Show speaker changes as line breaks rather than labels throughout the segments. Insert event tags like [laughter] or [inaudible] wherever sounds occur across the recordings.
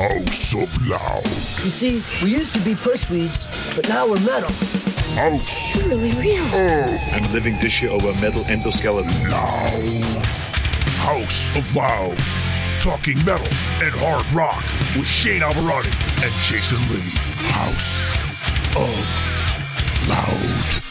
Oh, so loud.
You see, we used to be pushweeds, but now we're metal.
Oh, so
Really real.
oh,
I'm living tissue over metal endoskeleton.
loud. House of Loud. Talking metal and hard rock with Shane Alvarado and Jason Lee. House of Loud.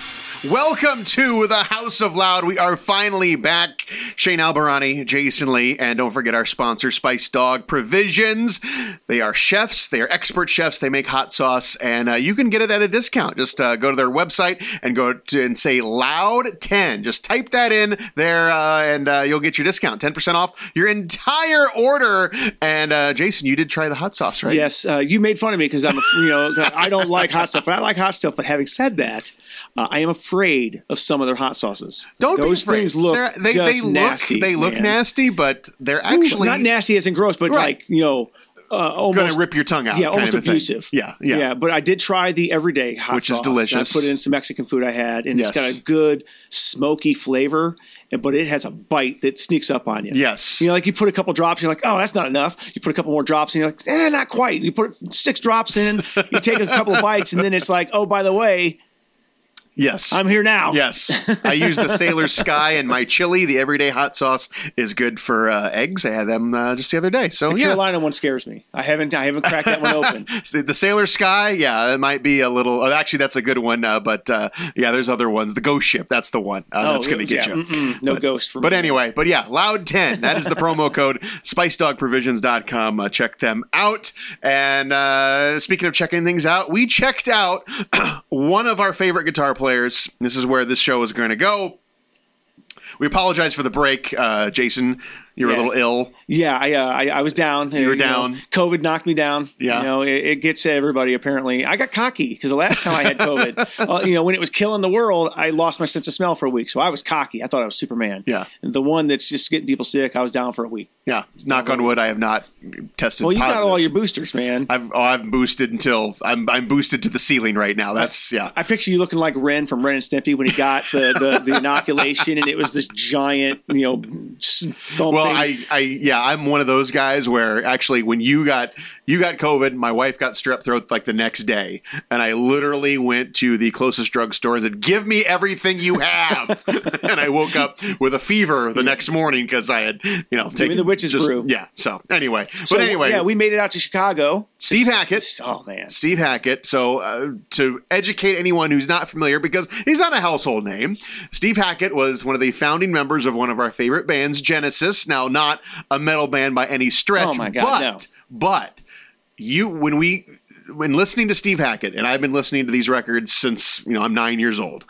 Welcome to the House of Loud. We are finally back. Shane Alberani, Jason Lee, and don't forget our sponsor, Spice Dog Provisions. They are chefs, they are expert chefs. They make hot sauce, and uh, you can get it at a discount. Just uh, go to their website and go to, and say Loud 10. Just type that in there, uh, and uh, you'll get your discount 10% off your entire order. And uh, Jason, you did try the hot sauce, right?
Yes, uh, you made fun of me because I'm, a, you know, I don't like hot stuff, but I like hot stuff. But having said that, uh, I am afraid of some of their hot sauces.
Don't
those
be afraid.
things look
They're-
they, just
look,
nasty.
They look
man.
nasty, but they're
Ooh,
actually
not nasty as in gross, but
Right.
like you know, uh,
going
almost
to rip your tongue out.
yeah,
kind
almost
of a thing.
abusive.
Yeah, yeah,
But I did try the everyday hot
Which is
sauce.
delicious.
I put it in some Mexican food I had, and
Yes.
it's got a good smoky flavor, and but it has a bite that sneaks up on you.
Yes.
You know, like you put a couple drops, you're like, oh, that's not enough. You put a couple more drops, and you're like, eh, not quite. You put six drops in, you take a
[laughs]
couple of bites, and then it's like, oh, by the way,
Yes.
[laughs] I'm here now.
Yes. I use the Sailor Sky and my chili. The everyday hot sauce is good for uh, eggs. I had them uh, just the other day. So
The
yeah.
Carolina one scares me. I haven't, I haven't cracked that
[laughs]
one open.
The, the Sailor Sky, yeah, it might be a little. uh, actually, that's a good one, uh, but uh, yeah, there's other ones. The Ghost Ship, that's the one uh, that's going to get
Oh, yeah,
you.
mm-mm, no ghost for
But
me.
anyway, but yeah, Loud10. That is
[laughs]
the promo code, spicedogprovisions.com. Uh, check them out. And uh, speaking of checking things out, we checked out [clears throat] one of our favorite guitar players. This is where this show is going to go. We apologize for the break, uh, Jason. You were
Yeah.
a little ill.
Yeah, I, uh, I I was down. You
were down.
know, COVID knocked me down.
Yeah.
you know it, it gets to everybody. Apparently, I got cocky because the last time I
[laughs]
had COVID, uh, you know, when it was killing the world, I lost my sense of smell for a week. So I was cocky. I thought I was Superman.
Yeah.
and the one that's just getting people sick, I was down for a week.
Yeah, knock on wood, I have not tested.
Well, you
positive.
got all your boosters, man. I,
I've oh, I've boosted until I'm I'm boosted to the ceiling right now. That's yeah.
picture you looking like Ren from Ren and Stimpy when he got the, the, the inoculation, and it was this giant, you know, s- thump
Well,
thing.
I, I, yeah, I'm one of those guys where actually, when you got you got COVID, my wife got strep throat like the next day, and I literally went to the closest drugstore and said, "Give me everything you
[laughs]
have," and I woke up with a fever the next morning because I had, you know, taken
the witch's brew.
Yeah. So anyway,
So,
but anyway,
yeah, we made it out to Chicago.
Steve Hackett.
Oh man,
Steve Hackett. So, uh, to educate anyone who's not familiar, because he's not a household name, Steve Hackett was one of the founding members of one of our favorite bands, Genesis. Now, not a metal band by any stretch.
Oh, my God,
But,
no.
but you, when we, when listening to Steve Hackett, and I've been listening to these records since you know I'm nine years old,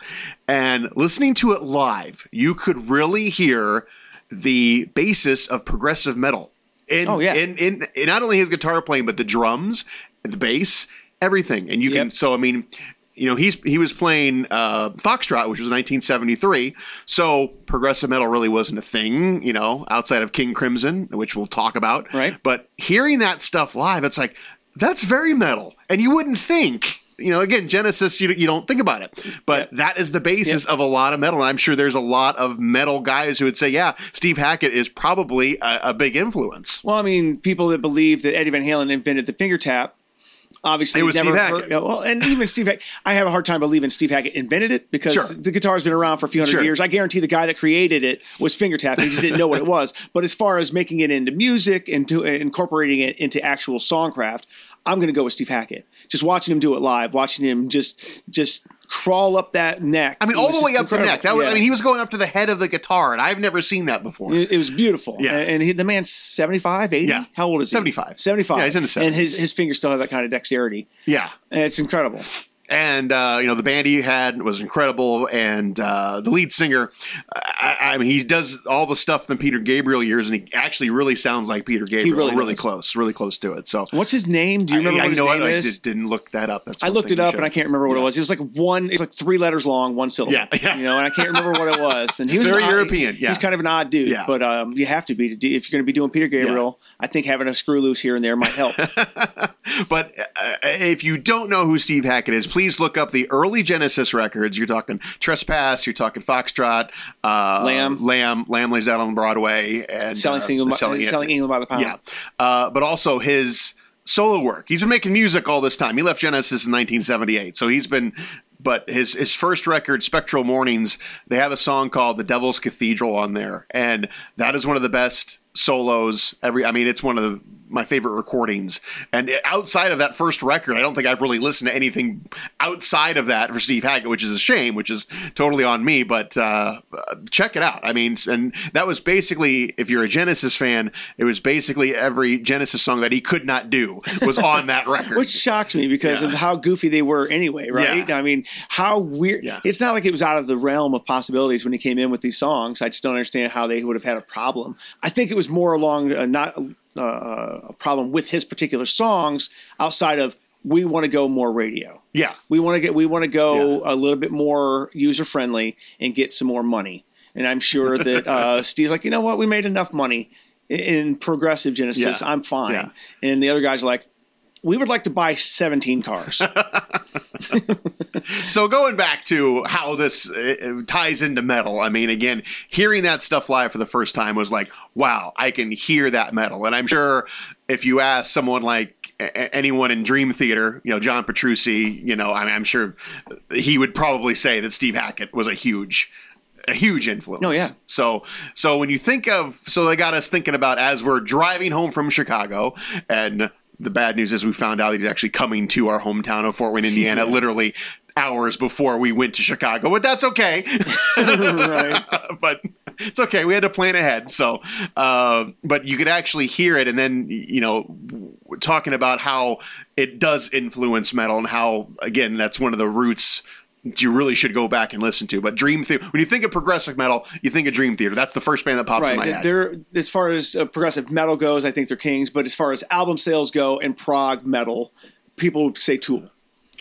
and listening to it live, you could really hear the basis of progressive metal. In,
Oh, yeah.
in, in, in not only his guitar playing, but the drums, the bass, everything. And you can,
Yep.
so I mean, you know, he's he was playing uh, Foxtrot, which was 1973. So progressive metal really wasn't a thing, you know, outside of King Crimson, which we'll talk about.
Right.
But hearing that stuff live, it's like, that's very metal. And you wouldn't think. You know, again, Genesis, you, you don't think about it, but that is the basis of a lot of metal. And I'm sure there's a lot of metal guys who would say, yeah, Steve Hackett is probably a, a big influence.
Well, I mean, people that believe that Eddie Van Halen invented the finger tap obviously
It was
never
Steve
heard-
Hackett.
yeah, well, and even Steve Hackett, I have a hard time believing Steve Hackett invented it because
Sure.
the guitar has been around for a few hundred
Sure.
years. I guarantee the guy that created it was finger tapping; he just didn't
[laughs]
know what it was. But as far as making it into music and to, uh, incorporating it into actual songcraft, I'm going to go with Steve Hackett. Just watching him do it live, watching him just just crawl up that neck.
I mean, all the way up the neck. That was, I mean,
he.
he was going up to the head of the guitar, and I've never seen that before.
It, it was beautiful.
Yeah.
And and he, the man's 75, 80?
Yeah.
How old is he?
75.
75.
Yeah, he's in his
And his, his fingers still have that kind of dexterity.
Yeah,
And it's incredible.
and uh, you know the band he had was incredible, and uh, the lead singer. I, I I mean, he does all the stuff from Peter Gabriel years, and he actually really sounds like Peter Gabriel.
really
really
does.
close, really close to it. So
What's his name? Do you remember
I, I
what his
know
name
I
is?
just didn't look that up. That's
I
one
looked
thing
it
you
up and I
should.
can't remember what
Yeah.
it was. It was like one, it's like three letters long, one syllable.
Yeah, yeah.
You know, and I can't remember what it was. And he was
Very
an odd-
European, yeah.
He's kind of an odd dude,
Yeah.
but um, you have to be to do, if you're going to be doing Peter Gabriel. I think having a screw loose here and there
[laughs]
might help.
But uh, if you don't know who Steve Hackett is, please look up the early Genesis records. You're talking Trespass, you're talking Foxtrot, uh,
Lamb.
Lamb, Lamb lays down on Broadway, and
selling
uh,
single,
selling,
selling, uh-huh.
it.
selling England by the pound.
yeah. Uh, but also his solo work. He's been making music all this time. He left Genesis in 1978, so he's been. But his his first record, Spectral Mornings, they have a song called "The Devil's Cathedral" on there, and that is one of the best solos. Every, I mean, it's one of the, my favorite recordings. And outside of that first record, I don't think I've really listened to anything outside of that for Steve Hackett, which is a shame, which is totally on me. But uh, check it out. I mean, and that was basically, if you're a Genesis fan, it was basically every Genesis song that he could not do was on that record.
Which shocked me because
Yeah.
of how goofy they were anyway, right?
Yeah.
I mean, how weird.
Yeah.
It's not like it was out of the realm of possibilities when he came in with these songs. I just don't understand how they would have had a problem. I think it was more along uh, not uh, a problem with his particular songs outside of we want to go more radio.
yeah.
We want to get we want to go a little bit more user friendly and get some more money. And I'm sure
[laughs]
that uh, Steve's like, you know what, we made enough money in- in progressive Genesis.
Yeah.
I'm fine.
Yeah.
And the other guys are like, we would like to buy
[laughs]
17 cars.
So going back to how this uh, ties into metal, I mean, again, hearing that stuff live for the first time was like, wow, I can hear that metal. And I'm sure if you ask someone like a- a- anyone in Dream Theater, you know, John Petrucci, you know, I mean, I'm sure he would probably say that Steve Hackett was a huge, a huge influence.
Oh, yeah.
So, so when you think of, so they got us thinking about as we're driving home from Chicago, and the bad news is we found out he's actually coming to our hometown of Fort Wayne, Indiana, literally hours before we went to Chicago. But that's okay.
right.
[laughs] but it's okay. We had to plan ahead. So, uh, but you could actually hear it, and then you know, we're talking about how it does influence metal, and how again, that's one of the roots you really should go back and listen to. But Dream Theater, when you think of progressive metal, you think of Dream Theater. That's the first band that pops in my
Right.
head.
They're, as far as uh, progressive metal goes, I think they're kings. But as far as album sales go and prog metal, people would say Tool.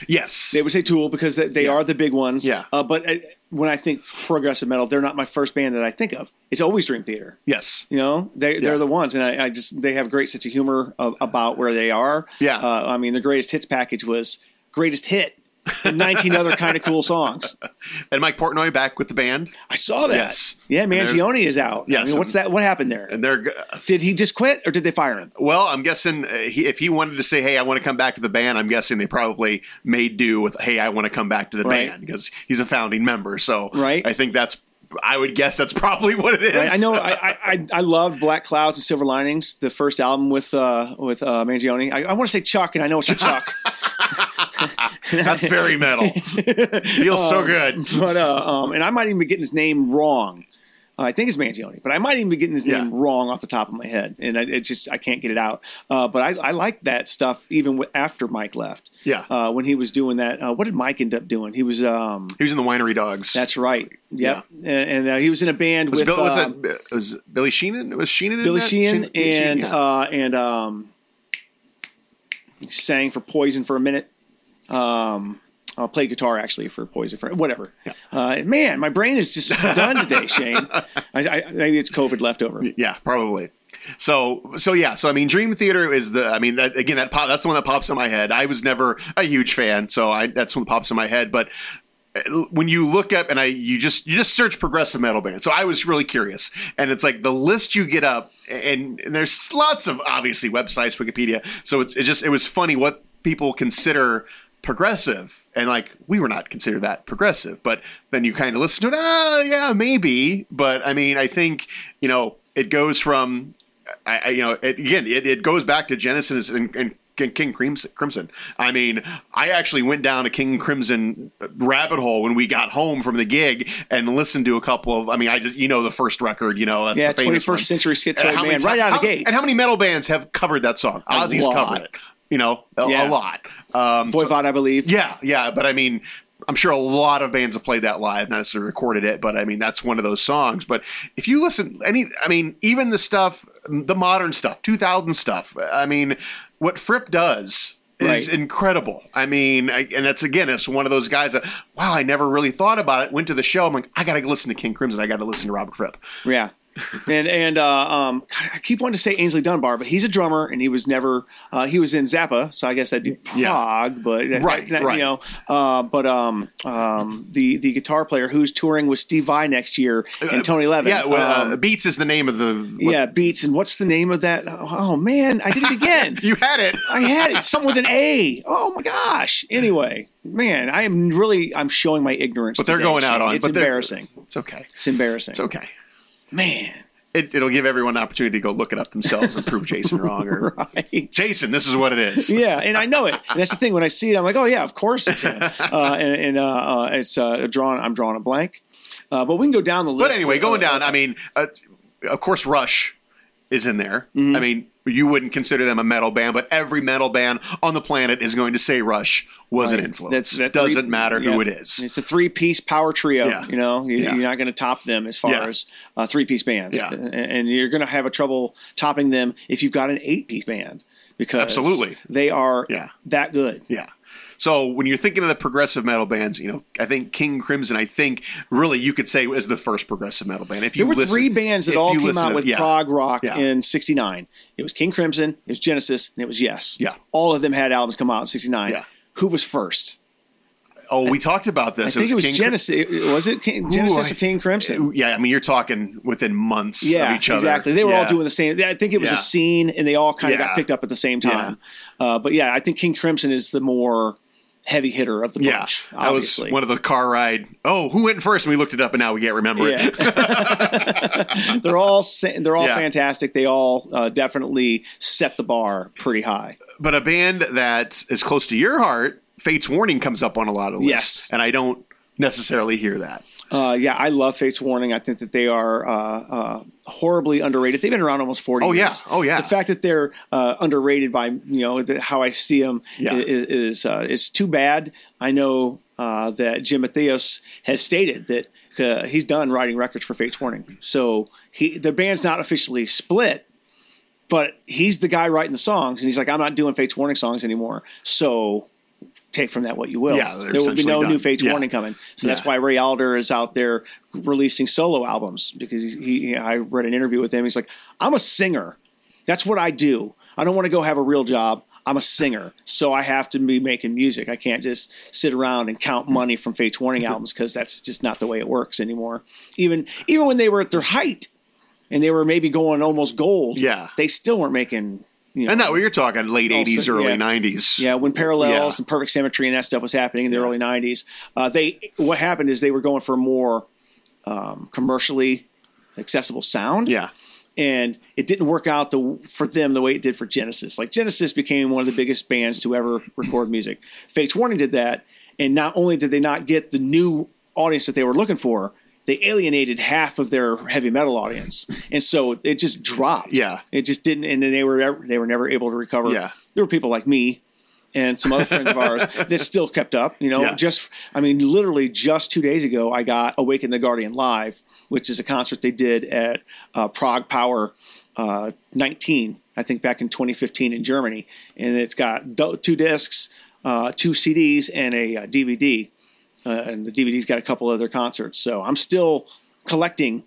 yes,
They would say Tool because they, they are the big ones.
Yeah.
Uh, but I, when I think progressive metal, they're not my first band that I think of. It's always Dream Theater.
yes.
You know, they,
Yeah.
they're the ones, and I, I just they have a great sense of humor of, about where they are.
Yeah.
uh, I mean, the greatest hits package was greatest hit, and nineteen other kind of cool songs.
And Mike Portnoy back with the band,
I saw that.
Yes.
yeah,
And there's-
Mangione is out. I
Yes,
mean, what's
and-
that? What happened there?
and they're uh,
did he just quit or did they fire him?
well. I'm guessing uh, he, if he wanted to say, "Hey, I want to come back to the band," I'm guessing they probably made do with, "Hey, I want to come back to the
Right.
band," because he's a founding member. So,
Right.
I think that's. I would guess that's probably what it is.
I,
[laughs]
I know. I, [laughs] I- I I loved Black Clouds and Silver Linings, the first album with uh, with uh, Mangione. I, I want to say Chuck, and I know it's your Chuck.
that's very metal. Feels so good.
[laughs] but uh, um, and I might even be getting his name wrong. Uh, I think it's Mangione, but I might even be getting his
Yeah.
name wrong off the top of my head, and I, it just I can't get it out. Uh, but I, I like that stuff even w- after Mike left.
Yeah.
uh, when he was doing that, uh, what did Mike end up doing? He was um,
He was in the Winery Dogs.
that's right, yep, and, and uh, he was in a band
was,
with
Bill, was,
uh,
that, was Billy Sheenan? Was Sheenan? in
Billy
that?
Sheehan
Sheen-
and
yeah.
uh, and um, sang for Poison for a minute. Um, uh, played guitar actually for Poison for whatever. Uh, man, my brain is just done
[laughs]
today, Shane. I, I, maybe it's COVID leftover.
Yeah, probably. So, so yeah, so I mean, Dream Theater is the. I mean, that, again, that pop, that's the one that pops in my head. I was never a huge fan, so I that's one that pops in my head. But uh, when you look up and I, you just you just search progressive metal band. So I was really curious, and it's like the list you get up, and, and there's lots of obviously websites, Wikipedia. So it's it just it was funny what people consider progressive and like we were not considered that progressive but then you kind of listen to it ah yeah maybe but i mean i think you know it goes from I, I you know it, again it, it goes back to genesis and, and King- King Crimson. Crimson. I mean, I actually went down a King Crimson uh, rabbit hole when we got home from the gig and listened to a couple of. I mean, I just you know the first record, you know that's
Yeah,
the famous
21st
one.
century schizoid
And how many
man, right
ti-
out of the
how-
gate.
And how many metal bands have covered that song? Ozzy's
lot.
covered it. You know, a, a
Yeah.
lot. Um,
Voivod, I believe.
yeah, yeah, but I mean, I'm sure a lot of bands have played that live, not necessarily recorded it, but I mean, that's one of those songs. But if you listen, any, I mean, even the stuff, the modern stuff, 2000 stuff, I mean, what Fripp does. Is
Right.
incredible. I mean, I, and that's again, it's one of those guys that wow, I never really thought about it. Went to the show, I'm like, I gotta listen to King Crimson. I gotta listen to Robert Fripp.
yeah. and and uh, um, God, I keep wanting to say Ainsley Dunbar, but he's a drummer, and he was never uh, he was in Zappa, so I guess that'd be Prague,
Yeah.
but
Right, right.
you know. Uh, but um, um, the the guitar player who's touring with Steve Vai next year and Tony Levin,
Uh, Yeah, well,
um,
uh, Beats is the name of the. what-
yeah, Beats, and what's the name of that? Oh man, I did it again.
[laughs] You had it.
I had it. Something with an A. Oh my gosh. Anyway, man, I am really I'm showing my ignorance.
But they're
today,
going out
Shane.
on.
It's
but they're-
embarrassing.
It's okay.
[laughs] It's embarrassing.
It's okay.
man. [laughs]
It, it'll give everyone an opportunity to go look it up themselves and prove
[laughs]
Jason wrong. Or
Right.
Jason, this is what it is.
Yeah, and I know it. And that's the thing. When I see it, I'm like, oh yeah, of course it's
[laughs]
him. Uh, and and uh, uh, it's uh, drawn. I'm drawing a blank. Uh, but we can go down the list.
But anyway, going
Uh,
down. I mean, uh, of course, Rush is in there.
Mm-hmm.
I mean, you wouldn't consider them a metal band, but every metal band on the planet is going to say Rush was an influence. doesn't
three-
matter
yeah.
who it is.
It's a three piece power trio.
Yeah.
You know, you,
Yeah.
you're not going to top them as far
Yeah.
as uh, three piece bands.
Yeah.
And, and you're going to have a trouble topping them if you've got an eight piece band because
Absolutely.
they are
Yeah.
that good.
Yeah. So when you're thinking of the progressive metal bands, you know, I think King Crimson, I think really you could say is the first progressive metal band. If you
There were
listen-
three bands that
if
all
you
came
listen
out
to-
with
yeah.
prog rock
Yeah.
in '69. It was King Crimson, it was Genesis, and it was Yes.
Yeah.
all of them had albums come out in '69.
Yeah.
Who was first?
Oh, we talked about
I
this.
think it was
King Crim-
Genesis. it- Was it King,
Ooh,
Genesis
I-
or King Crimson?
Yeah, I mean, you're talking within months
yeah,
of each other.
Exactly. They were all
Yeah.
doing the same. I think it was
Yeah.
a scene, and they all kind of
Yeah.
got picked up at the same time. Uh, but yeah, I think King Crimson is the more heavy hitter of the
Yeah,
bunch.
that was
obviously.
one of the car ride. Oh, who went first? And we looked it up, and now we can't remember it.
yeah. [laughs] they're all sa- they're all
Yeah.
fantastic. They all uh, definitely set the bar pretty high.
But a band that is close to your heart, Fate's Warning, comes up on a lot of lists,
Yes.
and I don't necessarily hear that.
Uh, yeah, I love Fate's Warning. I think that they are uh, uh, horribly underrated. They've been around almost forty.
Oh, yeah.
years.
Oh, yeah.
The fact that they're uh, underrated by you know the, how I see them
Yeah.
is is, uh, is too bad. I know uh, that Jim Mattheos has stated that uh, he's done writing records for Fate's Warning, so he the band's not officially split. But he's the guy writing the songs, and he's like, "I'm not doing Fate's Warning songs anymore." So take from that what you will.
Yeah, they're
there will be
essentially
no new
done.
Fate's
Yeah.
Warning coming. So that's
Yeah.
why Ray Alder is out there releasing solo albums because he, he I read an interview with him. He's like, I'm a singer. That's what I do. I don't want to go have a real job. I'm a singer, so I have to be making music. I can't just sit around and count money from
[laughs]
Fate's Warning albums because that's just not the way it works anymore. Even even when they were at their height and they were maybe going almost gold,
Yeah.
they still weren't making. You know,
And that we were talking late
Also,
'80s, early
yeah.
'90s.
yeah, when parallels
Yeah.
and perfect symmetry and that stuff was happening in the early '90s, uh, they what happened is they were going for more um, commercially accessible sound,
yeah.
and it didn't work out the for them the way it did for Genesis. Like Genesis became one of the biggest bands to ever record music. Fate's Warning did that, and not only did they not get the new audience that they were looking for. They alienated half of their heavy metal audience, and so it just dropped.
Yeah.
it just didn't, and then they were they were never able to recover.
Yeah.
there were people like me and some other friends
[laughs]
of ours that still kept up. You know,
Yeah.
just I mean, literally just two days ago, I got Awaken the Guardian live, which is a concert they did at uh, Prague Power uh, 19, I think back in 2015 in Germany, and it's got do- two discs, uh, two CDs, and a uh, DVD. Uh, and the DVD's got a couple other concerts, so I'm still collecting.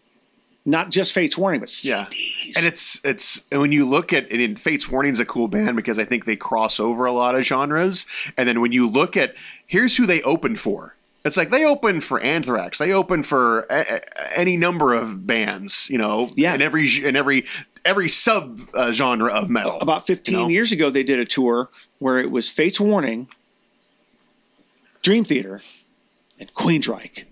Not just Fate's Warning, but
Yeah.
CDs.
And it's it's and when you look at and in Fate's Warning's a cool band because I think they cross over a lot of genres. And then when you look at here's who they opened for. It's like they opened for Anthrax. They opened for a, a- any number of bands, you know,
Yeah.
in every in every every sub uh, genre of metal.
about 15
you know?
years ago they did a tour where it was fate's warning dream theater and queensryche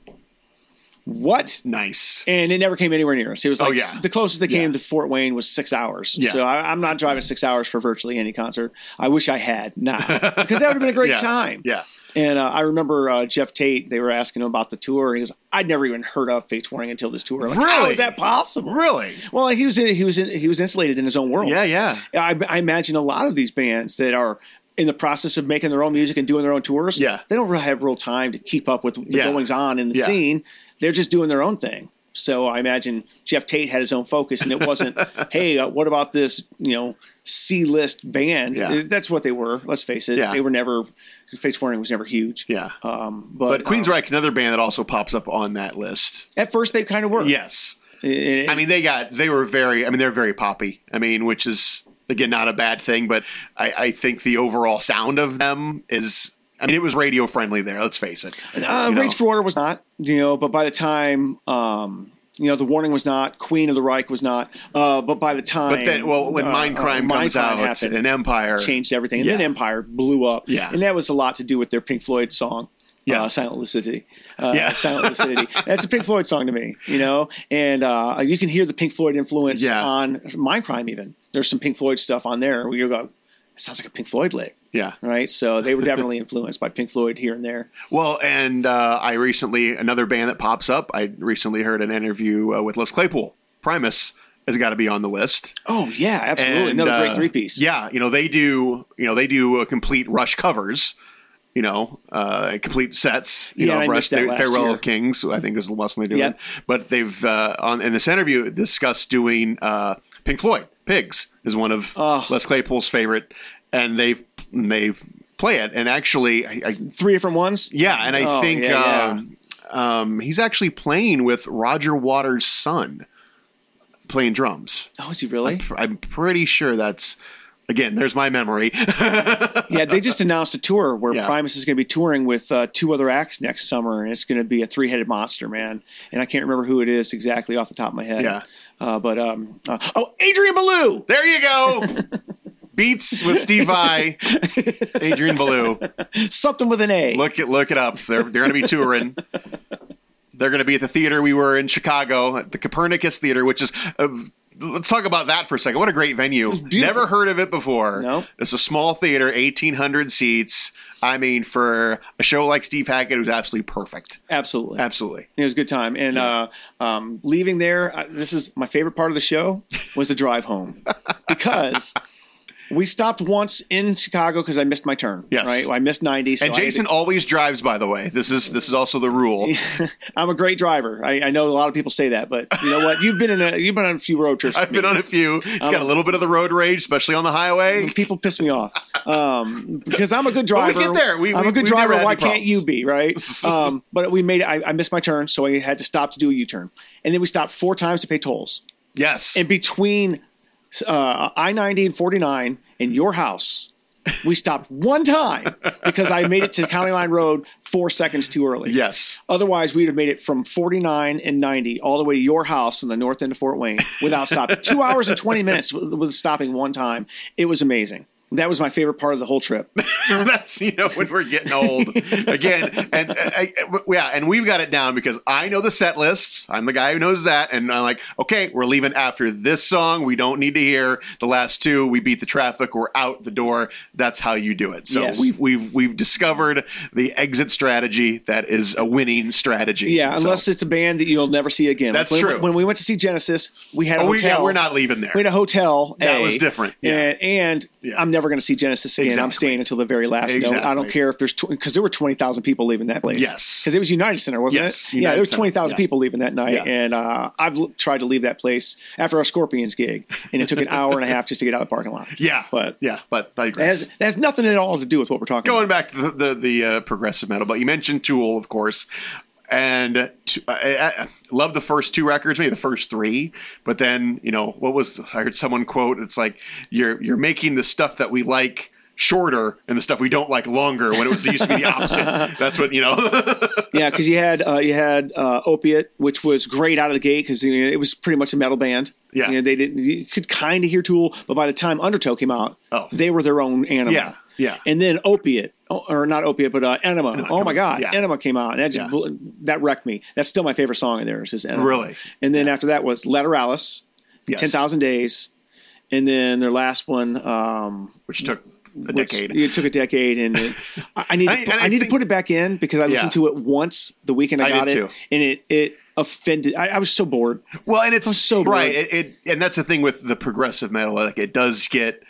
what
nice.
and it never came anywhere near us it was like
Oh, yeah.
the closest they came
Yeah.
to fort wayne was six hours
Yeah.
so I, i'm not driving six hours for virtually any concert i wish i had now because that would have been a
[laughs]
great
Yeah.
time
Yeah.
and uh, i remember uh, jeff tate they were asking him about the tour and he goes i'd never even heard of fate's warning until this tour I'm like, how
Really?
is that possible
Really?
well he was in, he was in, he was insulated in his own world
Yeah, yeah.
I, I imagine a lot of these bands that are in the process of making their own music and doing their own tours,
Yeah.
they don't really have real time to keep up with the
Yeah.
goings on in the
Yeah.
scene. They're just doing their own thing. So I imagine Jeff Tate had his own focus, and it wasn't,
[laughs]
"Hey, uh, what about this?" You know, C-list band.
Yeah.
That's what they were. Let's face it;
Yeah.
they were never. Fate's Warning was never huge.
Yeah.
Um, but
but
um,
Queensryche's another band that also pops up on that list.
at first they kind of were.
Yes. I mean, they got they were very. I mean, they're very poppy. I mean, which is again not a bad thing, but I, I think the overall sound of them is. I mean, it was radio friendly there. Let's face it.
Uh,
You know?
Rage for Order was not, you know, but by the time, um, you know, The Warning was not, Queen of the Reich was not, uh, but by the time.
But then, well, when
uh,
Mind
uh,
Crime comes
Mindcrime
out,
happened,
an Empire
changed everything. And then
Yeah.
Empire blew up.
Yeah.
And that was a lot to do with their Pink Floyd song.
Yeah.
Uh, Silent Lucidity. Uh,
Yeah.
[laughs] Silent Lucidity. That's a Pink Floyd song to me, you know? And uh, you can hear the Pink Floyd influence
Yeah.
on Mind Crime, even. There's some Pink Floyd stuff on there where you go, it sounds like a Pink Floyd lick.
Yeah.
Right. So they were
[laughs]
definitely influenced by Pink Floyd here and there.
Well, and uh, I recently another band that pops up. I recently heard an interview uh, with Les Claypool. Primus has got to be on the list.
Oh, yeah. Absolutely.
And,
Another
uh,
great three piece.
Yeah, you know they do. You know they do uh, complete Rush covers. You know, uh, complete sets. You
Yeah,
know,
I
of Rush.
missed that
They-
last
Farewell
year.
of Kings. I think is the lesson they're doing.
Yep.
But they've uh, on in this interview discussed doing uh, Pink Floyd. Pigs is one of
Oh.
Les Claypool's favorite, and they've and they play it. And actually, I, I
Three different ones.
yeah, and I
Oh,
think
yeah, yeah.
um, Um, he's actually playing with Roger Waters' son, playing drums.
Oh, is
[laughs]
he really?
I'm pretty sure that's again. There's my memory. [laughs]
yeah, they just announced a tour where
Yeah.
Primus is going to be touring with uh, two other acts next summer, and it's going to be a three-headed monster, man. And I can't remember who it is exactly off the top of my head.
Yeah.
Uh, but um, uh, oh, Adrian Ballou.
there you
[laughs]
go. Beats with Steve Vai, Adrian Ballou.
Something with an A.
Look it, look it up. They're they're going to be touring. They're going to be at the theater we were in Chicago, at the Copernicus Theater, which is. Uh, let's talk about that for a second. What a great venue! Never heard of it before.
No.
it's a small theater, eighteen hundred seats. I mean, for a show like Steve Hackett, it was absolutely perfect.
Absolutely.
Absolutely.
It was a good time. And uh, um, leaving there, I, this is my favorite part of the show was the
[laughs]
drive home because we stopped once in Chicago because I missed my turn.
Yes.
Right. I missed 90. So
And
I had to-
Jason always drives. By the way, this is this is also the rule.
I'm a great driver. I, I know a lot of people say that, but you know what? You've been in a you've been on a few road trips.
[laughs]
with
I've been
me.
on a few. He's
Um,
got a little bit of the road rage, especially on the highway.
People piss me off um, because I'm a good driver.
get there. We-
I'm
we-
a good
we've never
driver.
had
Why
any
can't you
problems.
be right?
[laughs]
Um, but we made. it. I, I missed my turn, so I had to stop to do a U-turn, and then we stopped four times to pay tolls.
Yes.
And between uh, I-90 and 49 and your house, we stopped one time because I made it to County Line Road four seconds too early.
yes. [laughs]
Otherwise, we'd have made it from 49 and 90 all the way to your house in the north end of Fort Wayne without stopping. Two hours and 20 minutes with with stopping one time. It was amazing. That was my favorite part of the whole trip.
That's you know when we're getting old again, and I, I- yeah, and we've got it down because I know the set lists. I'm the guy who knows that, and I'm like, okay, we're leaving after this song. We don't need to hear the last two. We beat the traffic. We're out the door. That's how you do it. So
Yes.
we've we've we've discovered the exit strategy that is a winning strategy. [laughs]
Yeah,
So-
unless it's a band that you'll never see again.
That's
when,
true.
When we went to see Genesis, we had a
Oh, we- yeah,
hotel.
we're not leaving there.
We had a hotel.
That
A,
was different, yeah.
And, and
Yeah.
I'm never going to see Genesis again. I'm
Exactly.
staying until the very last note. I
Exactly.
don't care if there's because there were 20,000 people leaving that place.
Yes.
because it was United Center, wasn't
Yes,
it? yeah,
United
there was
Center,
20,000
yeah.
people leaving that night,
Yeah.
and uh, I've l- tried to leave that place after our Scorpions gig, and it took an hour and a half just to get out of the parking lot.
[laughs] yeah,
but
yeah, but I
That
digress.
has, that has nothing at all to do with what we're talking
going back
about.
to the the, the uh, progressive metal, but you mentioned Tool, of course, and uh, t- I, I- I love the first two records, maybe the first three. But then you know what was I heard someone quote? It's like you're you're making the stuff that we like shorter and the stuff we don't like longer when it was it used to be the opposite that's what you know [laughs]
yeah, because you had uh, you had uh, Opiate, which was great out of the gate because you know, it was pretty much a metal band.
Yeah.
you know, they didn't. You could kind of hear Tool, but by the time Undertow came out,
Oh.
they were their own animal.
Yeah, yeah.
And then Opiate, oh, or not Opiate, but uh, Enema. oh my
comes-
God,
yeah.
Enema came out, and that just
Yeah.
blew, that wrecked me. That's still my favorite song of theirs. Is Enema.
Really?
And then after that was Lateralis,
Yes.
Ten Thousand Days, and then their last one. Um,
which took a
which-
decade
It took a decade, and it, I I
And
need
[laughs] I-
to, put-
and
I,
I
need
think-
to put it back in because I listened
Yeah.
to it once the weekend
I
I, got
did
it,
too.
and it it offended. I, I was so bored.
Well, and it's
I'm so
right.
bored.
It, it and that's the thing with the progressive metal. Like it does get.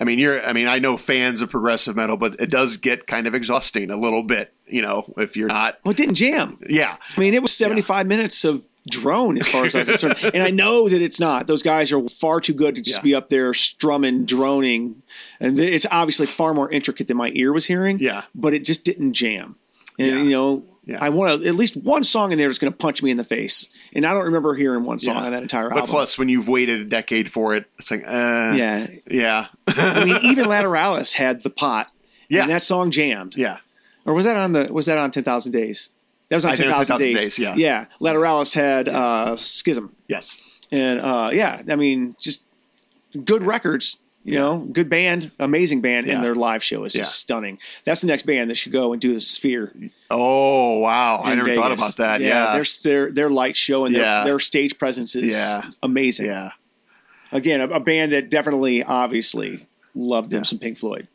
I mean, you're. I mean, I know fans of progressive metal, but it does get kind of exhausting a little bit. You know, if you're not.
Well, it didn't jam.
Yeah.
I mean, it was seventy five minutes of drone as far as I'm concerned,
[laughs]
and I know that it's not. Those guys are far too good to just
Yeah.
be up there strumming, droning, and th- it's obviously far more intricate than my ear was hearing.
Yeah.
but it just didn't jam, and
Yeah.
you know.
Yeah.
I want to at least one song in there is going to punch me in the face, and I don't remember hearing one song
Yeah.
on that entire
But
album.
plus, when you've waited a decade for it, it's like, uh,
yeah,
yeah,
I mean, even Lateralis had the pot.
[laughs] Yeah.
and that song jammed.
yeah.
or was that on the was that on Ten Thousand Days? That was on
I think
Ten
it was
Thousand
10,000
Days.
Days, yeah.
yeah. Lateralis had uh, Schism,
Yes.
and uh, yeah, I mean, just good records. You know, good band, amazing band,
Yeah.
and their live show is just
Yeah.
stunning. That's the next band that should go and do the Sphere.
Oh wow! I
in
never thought
Vegas.
about that. Yeah.
their their their light show and their,
Yeah.
their stage presence is
Yeah.
amazing.
yeah.
Again, a, a band that definitely, obviously, loved them some Pink Floyd.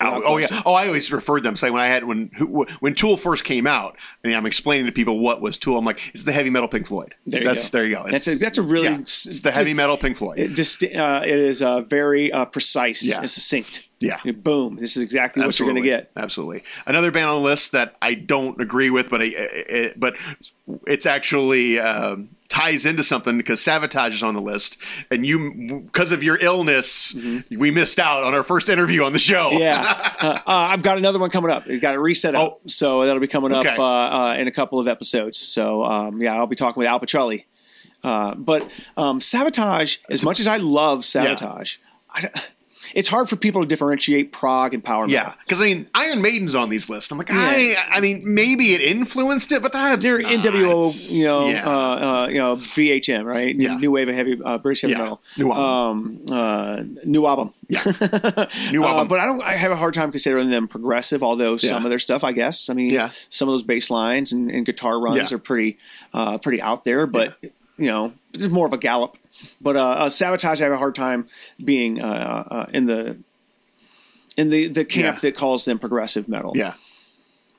Oh, oh, yeah. Oh, I always referred them saying when I had when who, when Tool first came out, and I'm explaining to people what was Tool. I'm like, it's the heavy metal Pink Floyd.
There you
that's
go.
there you go. It's,
that's a, that's a really
yeah, it's the heavy metal Pink Floyd.
It, just, uh, it is uh, very uh, precise
Yeah.
and succinct.
Yeah.
boom! This is exactly
Absolutely.
what you're going to get.
Absolutely. Another band on the list that I don't agree with, but I, I- I- but it's actually um, ties into something because Sabotage is on the list, and you because of your illness, we missed out on our first interview on the show.
Mm-hmm.
[laughs]
Yeah, uh, uh, I've got another one coming up. It got a reset up, so that'll be coming
Oh. Okay.
up uh, uh, in a couple of episodes. So um, yeah, I'll be talking with Al Petrelli. Uh, but um, sabotage, as much as I love sabotage, I don't- it's hard for people to differentiate prog and power metal.
Yeah, because I mean, Iron Maiden's on these lists. I'm like, I, I mean, maybe it influenced it, but that's
they're
not-
NWO, you know,
yeah.
uh, uh, you know, BHM, right?
Yeah.
New wave of heavy uh, British heavy
Yeah.
metal.
New
album, um, uh, new album, Uh,
Yeah.
[laughs] new
album.
but I don't. I have a hard time considering them progressive, although some of their stuff, I guess. I mean,
Yeah.
some of those bass lines and, and guitar runs
Yeah.
are pretty, uh, pretty out there. But you know, it's more of a gallop. But uh, uh, sabotage, I have a hard time being uh, uh, in the. In the, the camp
Yeah.
that calls them progressive metal,
yeah,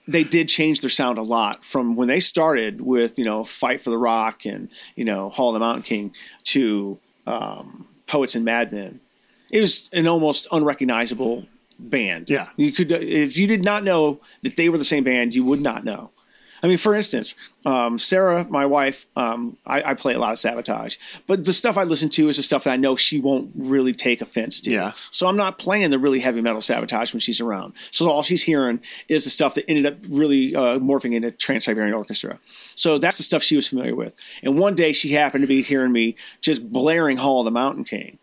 they did change their sound a lot from when they started with you know fight for the rock and you know hall of the mountain king to um, poets and madmen it was an almost unrecognizable band
Yeah.
you could if you did not know that they were the same band you would not know I mean, for instance, um, Sarah, my wife, um, I, I play a lot of Sabotage, but the stuff I listen to is the stuff that I know she won't really take offense to.
Yeah.
So I'm not playing the really heavy metal Sabotage when she's around. So all she's hearing is the stuff that ended up really uh, morphing into Trans Siberian Orchestra. So that's the stuff she was familiar with. And one day she happened to be hearing me just blaring Hall of the Mountain King.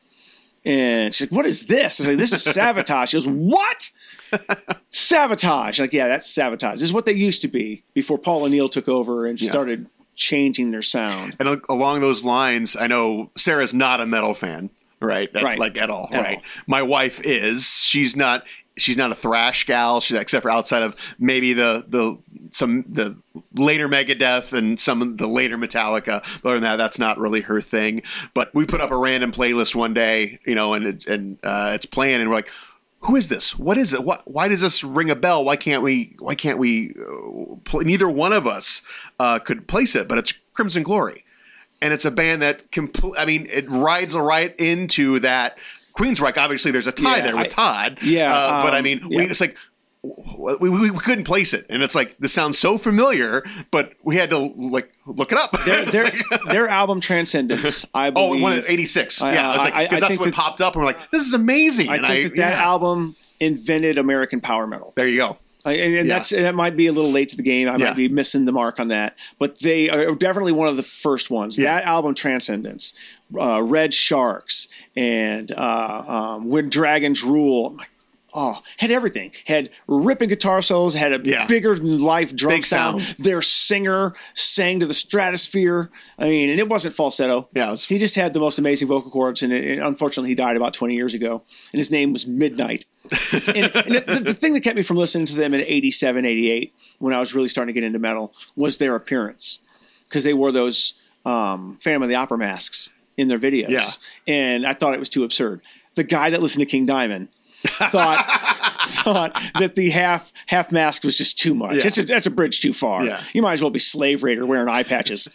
And she's like, "What is this?" I was like, "This is sabotage." She
[laughs]
goes, "What?" sabotage. Like, yeah, that's sabotage. This is what they used to be before Paul O'Neill took over and started changing their
[laughs]
sound.
and al- along those lines, I know Sarah's not a metal fan, right? At-
Right.
like at all, right?
At all.
My wife is. She's not. She's not a thrash gal. She's except for outside of maybe the the some the later Megadeth and some of the later Metallica. But other than that, that's not really her thing. But we put up a random playlist one day, you know, and it, and uh, it's playing, and we're like. Who is this? What is it? What? Why does this ring a bell? Why can't we? Why can't we? Uh, pl- neither one of us uh, could place it, but it's Crimson Glory and it's a band that compl- I mean, it rides right into that Queensryche. Obviously, there's a tie
Yeah,
there with
I-
Todd.
yeah,
uh, but
um,
I mean, we,
yeah.
it's like w- we, we, we couldn't place it, and it's like this sounds so familiar, but we had to like look it up. [laughs]
Their,
It's
their,
like-
their album Transcendence, I
Oh,
believe.
one of the 86.
I-
yeah, I, was
I-
like, 'cause
I- I
that's
think
what
that-
popped up, and we're like, this is amazing.
I
and
think that that
yeah.
album invented American power metal.
There you go.
I- and and
Yeah.
that's that might be a little late to the game. I
Yeah.
might be missing the mark on that, but they are definitely one of the first ones.
Yeah.
That album, Transcendence, uh, Red Sharks, and uh, um, When Dragons Rule. Oh, had everything. Had ripping guitar solos. Had a
Yeah.
bigger than life drum
Big
sound.
sound.
Their singer sang to the stratosphere. I mean, and it wasn't falsetto.
Yeah, it was-
he just had the most amazing vocal cords, and, it, and unfortunately, he died about twenty years ago. And his name was Midnight and, and the, the thing that kept me from listening to them in 87 88 when i was really starting to get into metal was their appearance because they wore those um, phantom of the opera masks in their videos
Yeah.
and i thought it was too absurd the guy that listened to king diamond thought
[laughs]
thought that the half half mask was just too much.
Yeah.
It's a, that's a bridge too far.
Yeah.
You might as well be slave raider wearing eye patches,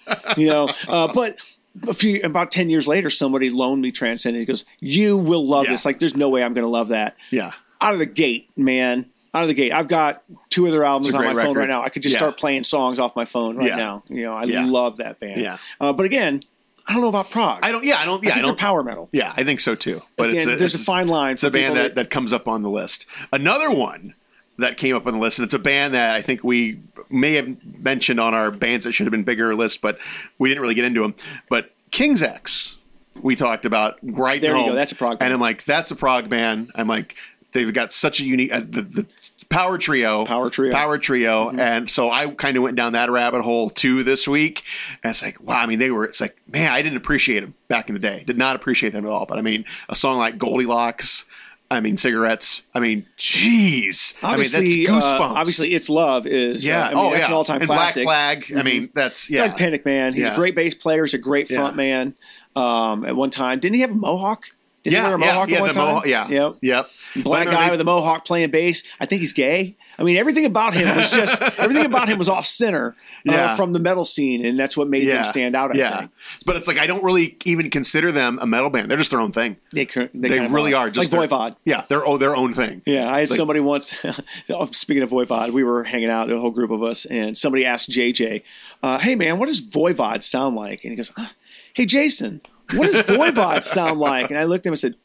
[laughs]
you know. Uh, but a few about ten years later, somebody loaned me Transcendent. He goes, "You will love
Yeah.
this. Like, there's no way I'm going to love that."
Yeah.
out of the gate, man. Out of the gate. I've got two other albums
It's
on
a
my
great
phone
record.
right now. I could just
Yeah.
start playing songs off my phone right
Yeah.
now. You know, I
Yeah.
love that band.
Yeah.
Uh, but again, I don't know about prog.
I don't. Yeah, I don't. Yeah,
I
I,
think
don't.
they're power metal.
Yeah, I think so too. But it's
Again,
a,
there's
it's
a fine line
It's
for
a band
people
that,
that-
that comes up on the list. Another one that came up on the list. And it's a band that I think we may have mentioned on our bands that should have been bigger list, but we didn't really get into them. But King's X, we talked about right
There you
home.
go, that's a prog band.
And I'm like, that's a prog band. I'm like, they've got such a unique uh, the, the power trio,
Power trio. Mm-hmm.
power trio. And so I kind of went down that rabbit hole too this week. And it's like, wow, I mean, they were. It's like, man, I didn't appreciate them back in the day. Did not appreciate them at all. But I mean, a song like Goldilocks. I mean, cigarettes. I mean, jeez. I mean, that's
Obviously, uh,
goosebumps.
obviously, it's love is.
yeah.
uh, I mean,
oh,
that's
yeah.
an all-time
and
classic. Mm-hmm.
Black Flag. I mean, that's yeah.
Doug Pinnick, man, he's
Yeah.
a great bass player. He's a great front
Yeah.
man. Um, at one time, didn't he have a mohawk? Didn't he wear a mohawk at one
the
time?
mohawk- yeah,
Yep.
yep.
Black
But no,
guy
they-
with a mohawk playing bass. I think he's gay. I mean, everything about him
[laughs]
was just everything about him was off center uh,
Yeah.
from the metal scene, and that's what made them stand out. I
yeah,
think.
but it's like I don't really even consider them a metal band. They're just their own thing.
They, cur- they,
They
kind of
really are just
like
their-
Voivod.
Yeah, they're oh their own thing.
Yeah, I had
It's like-
somebody once. [laughs] oh, speaking of Voivod, we were hanging out, a whole group of us, and somebody asked JJ, uh, "Hey man, what does Voivod sound like?" And he goes, "Ah, "Hey Jason, what does
[laughs]
Voivod sound like?" And I looked at him and said,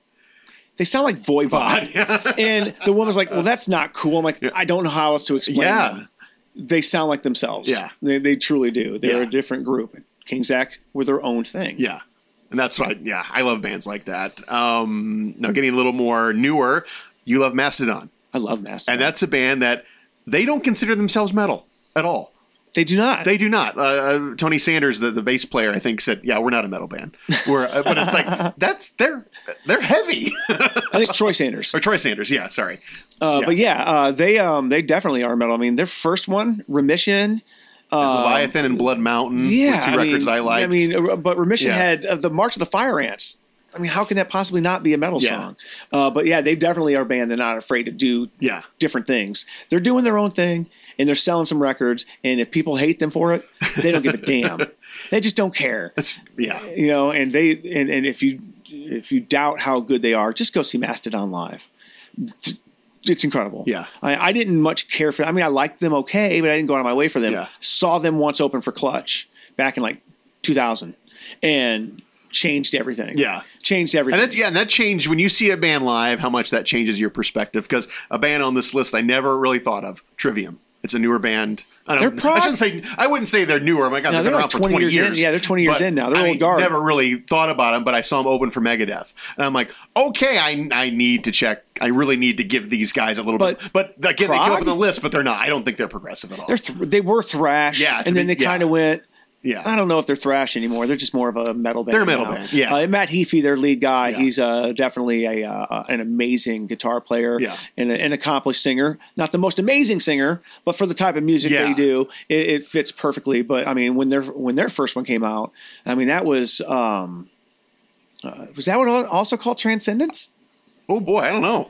"They sound
[laughs]
like Voivod." and the woman's like, "Well, that's not cool." I'm like, "I don't know how else to explain."
Yeah.
them. they sound like themselves.
Yeah.
they, they truly do. They're
Yeah.
a different group. King's Act were their own thing.
Yeah. And that's why, yeah, I love bands like that. Um, now, getting a little more newer, you love Mastodon.
I love Mastodon.
And that's a band that they don't consider themselves metal at all.
they do not.
They do not. Uh, Uh, Tony Sanders, the, the bass player, I think said, "Yeah, we're not a metal
[laughs]
band." We're, uh, but it's like that's they're they're heavy. [laughs]
I think it's Troy Sanders.
or Troy Sanders, yeah, sorry.
Uh,
Yeah.
But yeah, uh, they um, they definitely are metal. I mean, their first one, Remission. Uh,
Leviathan and Blood Mountain,
yeah,
were two records
mean,
I liked.
I mean, uh, but Remission
Yeah.
had uh, the March of the Fire Ants. I mean, how can that possibly not be a metal
Yeah.
song? Uh, but yeah, they definitely are a band. They're not afraid to do
yeah,
different things. They're doing their own thing and they're selling some records. And if people hate them for it, they don't [laughs] give a damn. They just don't care
that's yeah,
you know and they and, and if you if you doubt how good they are just go see mastodon live It's- it's incredible
Yeah.
I, I didn't much care for i mean i liked them okay but i didn't go out of my way for them
Yeah.
saw them once open for clutch back in like 2000 and changed everything
Yeah.
changed everything
And that, yeah, and that changed when you see a band live, how much that changes your perspective. Because a band on this list I never really thought of, Trivium. It's a newer band. I, don't,
They're prob-
I shouldn't say I wouldn't say they're newer. My God,
No,
they've been
they're
around
like
for
20
twenty years.
years in. Yeah, they're 20 years in now. They're
I
old guard.
Never really thought about them, but I saw them open for Megadeth, and I'm like, okay, I, I need to check. I really need to give these guys a little bit. But again, they go up
prog?
on the list, but they're not. I don't think they're progressive at all.
they're th- they were thrash
Yeah, to
and then
be-
they
yeah.
kind of went
yeah,
I don't know if they're thrash anymore. They're just more of a metal band.
They're a metal
now.
band, yeah.
Uh, Matt Heafy, their lead guy,
Yeah.
he's uh, definitely a uh, uh, an amazing guitar player
Yeah.
and a, an accomplished singer. Not the most amazing singer, but for the type of music
Yeah.
they do, it, it fits perfectly. But I mean, when their when their first one came out, I mean that was um, uh, was that what also called Transcendence?
Oh boy, I don't know.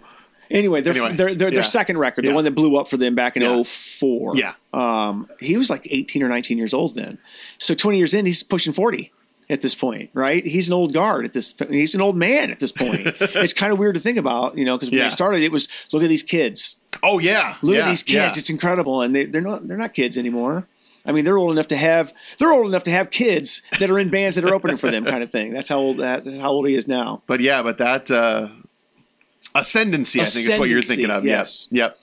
Anyway, their
Anyway,
their, their,
yeah.
their second record,
Yeah.
the one that blew up for them back in
Yeah.
oh four.
Yeah.
Um, he was like 18 or 19 years old then. So 20 years in, he's pushing 40 at this point, right? He's an old guard at this he's an old man at this
[laughs]
point. it's kind of weird to think about, you know, because when
Yeah.
they started it was look at these kids.
Oh yeah,
Look at
Yeah,
these kids.
yeah.
It's incredible. And they, they're not they're not kids anymore. I mean, they're old enough to have they're old enough to have kids that are in bands that are opening for them, kind of thing. That's how old that how old he is now.
But yeah, but that uh, ascendancy, I think is what you're
Ascendancy,
thinking of. Yes.
yes.
Yep.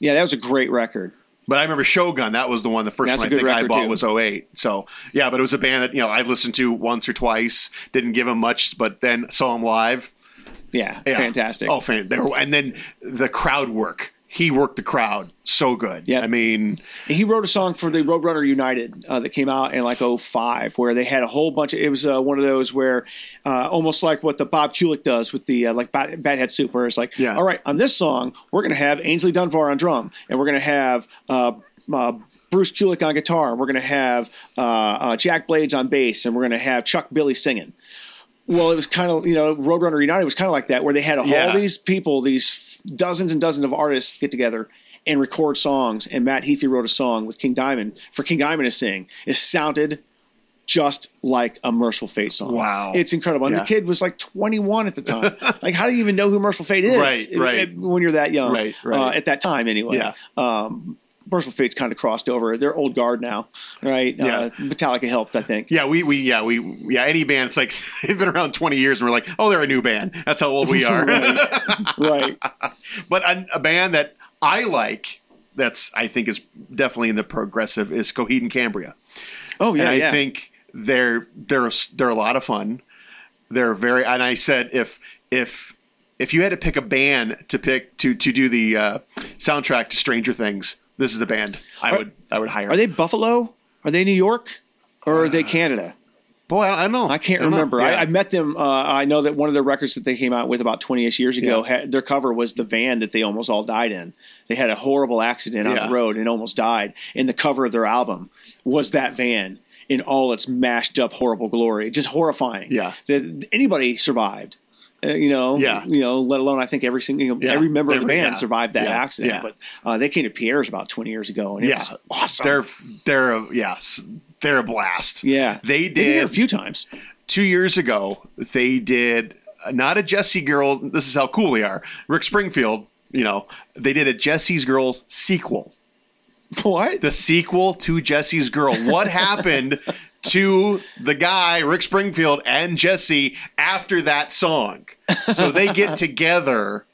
Yeah, that was a great record.
But I remember Shogun. That was the one. The first
That's
one
a
I
good
think I
record,
bought
too.
was 08. So yeah, but it was a band that you know I listened to once or twice. Didn't give them much, but then saw them live.
Yeah,
Yeah.
fantastic.
Oh, fan. They were, and then the crowd work. He worked the crowd so good.
Yeah.
I mean,
He wrote a song for the Roadrunner United uh, that came out in like 05, where they had a whole bunch of. It was uh, one of those where uh, almost like what the Bob Kulick does with the uh, like Bat, Bathead Soup, where it's like,
Yeah.
all right, on this song, we're going to have Ainsley Dunbar on drum, and we're going to have uh, uh, Bruce Kulick on guitar, and we're going to have uh, uh, Jack Blades on bass, and we're going to have Chuck Billy singing. Well, it was kind of you know Roadrunner United was kind of like that, where they had all
Yeah.
these people, these f- dozens and dozens of artists get together and record songs. And Matt Heafy wrote a song with King Diamond for King Diamond to sing. It sounded just like a Merciful Fate song.
Wow.
it's incredible. And
Yeah.
the kid was like 21 at
[laughs]
the time. like, how do you even know who Merciful Fate is?
Right,
It-
right.
it- when you're that young,
Right, right.
Uh, at that time anyway.
Yeah.
Um, Merciful Fate's kind of crossed over. They're old guard now, right?
Yeah.
Uh, Metallica helped, I think.
yeah, we we yeah we yeah any band. It's like [laughs] they've been around 20 years, and we're like, oh, they're a new band.
[laughs]
[laughs] That's how old we are.
Right.
but a, a band that I like that's I think is definitely in the progressive is Coheed and Cambria.
Oh yeah,
and I
yeah.
think they're they're they're a lot of fun. They're very and I said if if if you had to pick a band to pick to to do the uh, soundtrack to Stranger Things, this is the band I
Are-
would I would hire.
are they Buffalo? Are they New York? Or are they Canada?
Boy, I, I don't know.
I can't
don't know.
remember.
Uh, Yeah.
I, I met them. Uh, I know that one of the records that they came out with about 20 ish years ago, had, their cover was the van that they almost all died in. They had a horrible accident on
Yeah.
the road and almost died. And the cover of their album was that van in all its mashed up, horrible glory. Just horrifying.
Yeah.
That anybody survived. Uh, you know,
Yeah.
you know. Let alone, I think every single
Yeah.
every member of the
Every-
band
yeah.
survived that
Yeah.
accident.
Yeah.
But uh, they came to Pierre's about twenty years ago, and it was awesome.
They're they're a, yes, they're a blast.
yeah,
they
They've been here a
did
few times.
two years ago. They did uh, not a Jesse Girl. This is how cool they are. Rick Springfield. You know, they did a Jesse's Girl sequel.
What?
The sequel to Jesse's Girl. What [laughs] happened to the guy Rick Springfield and Jesse after that song? So they get together,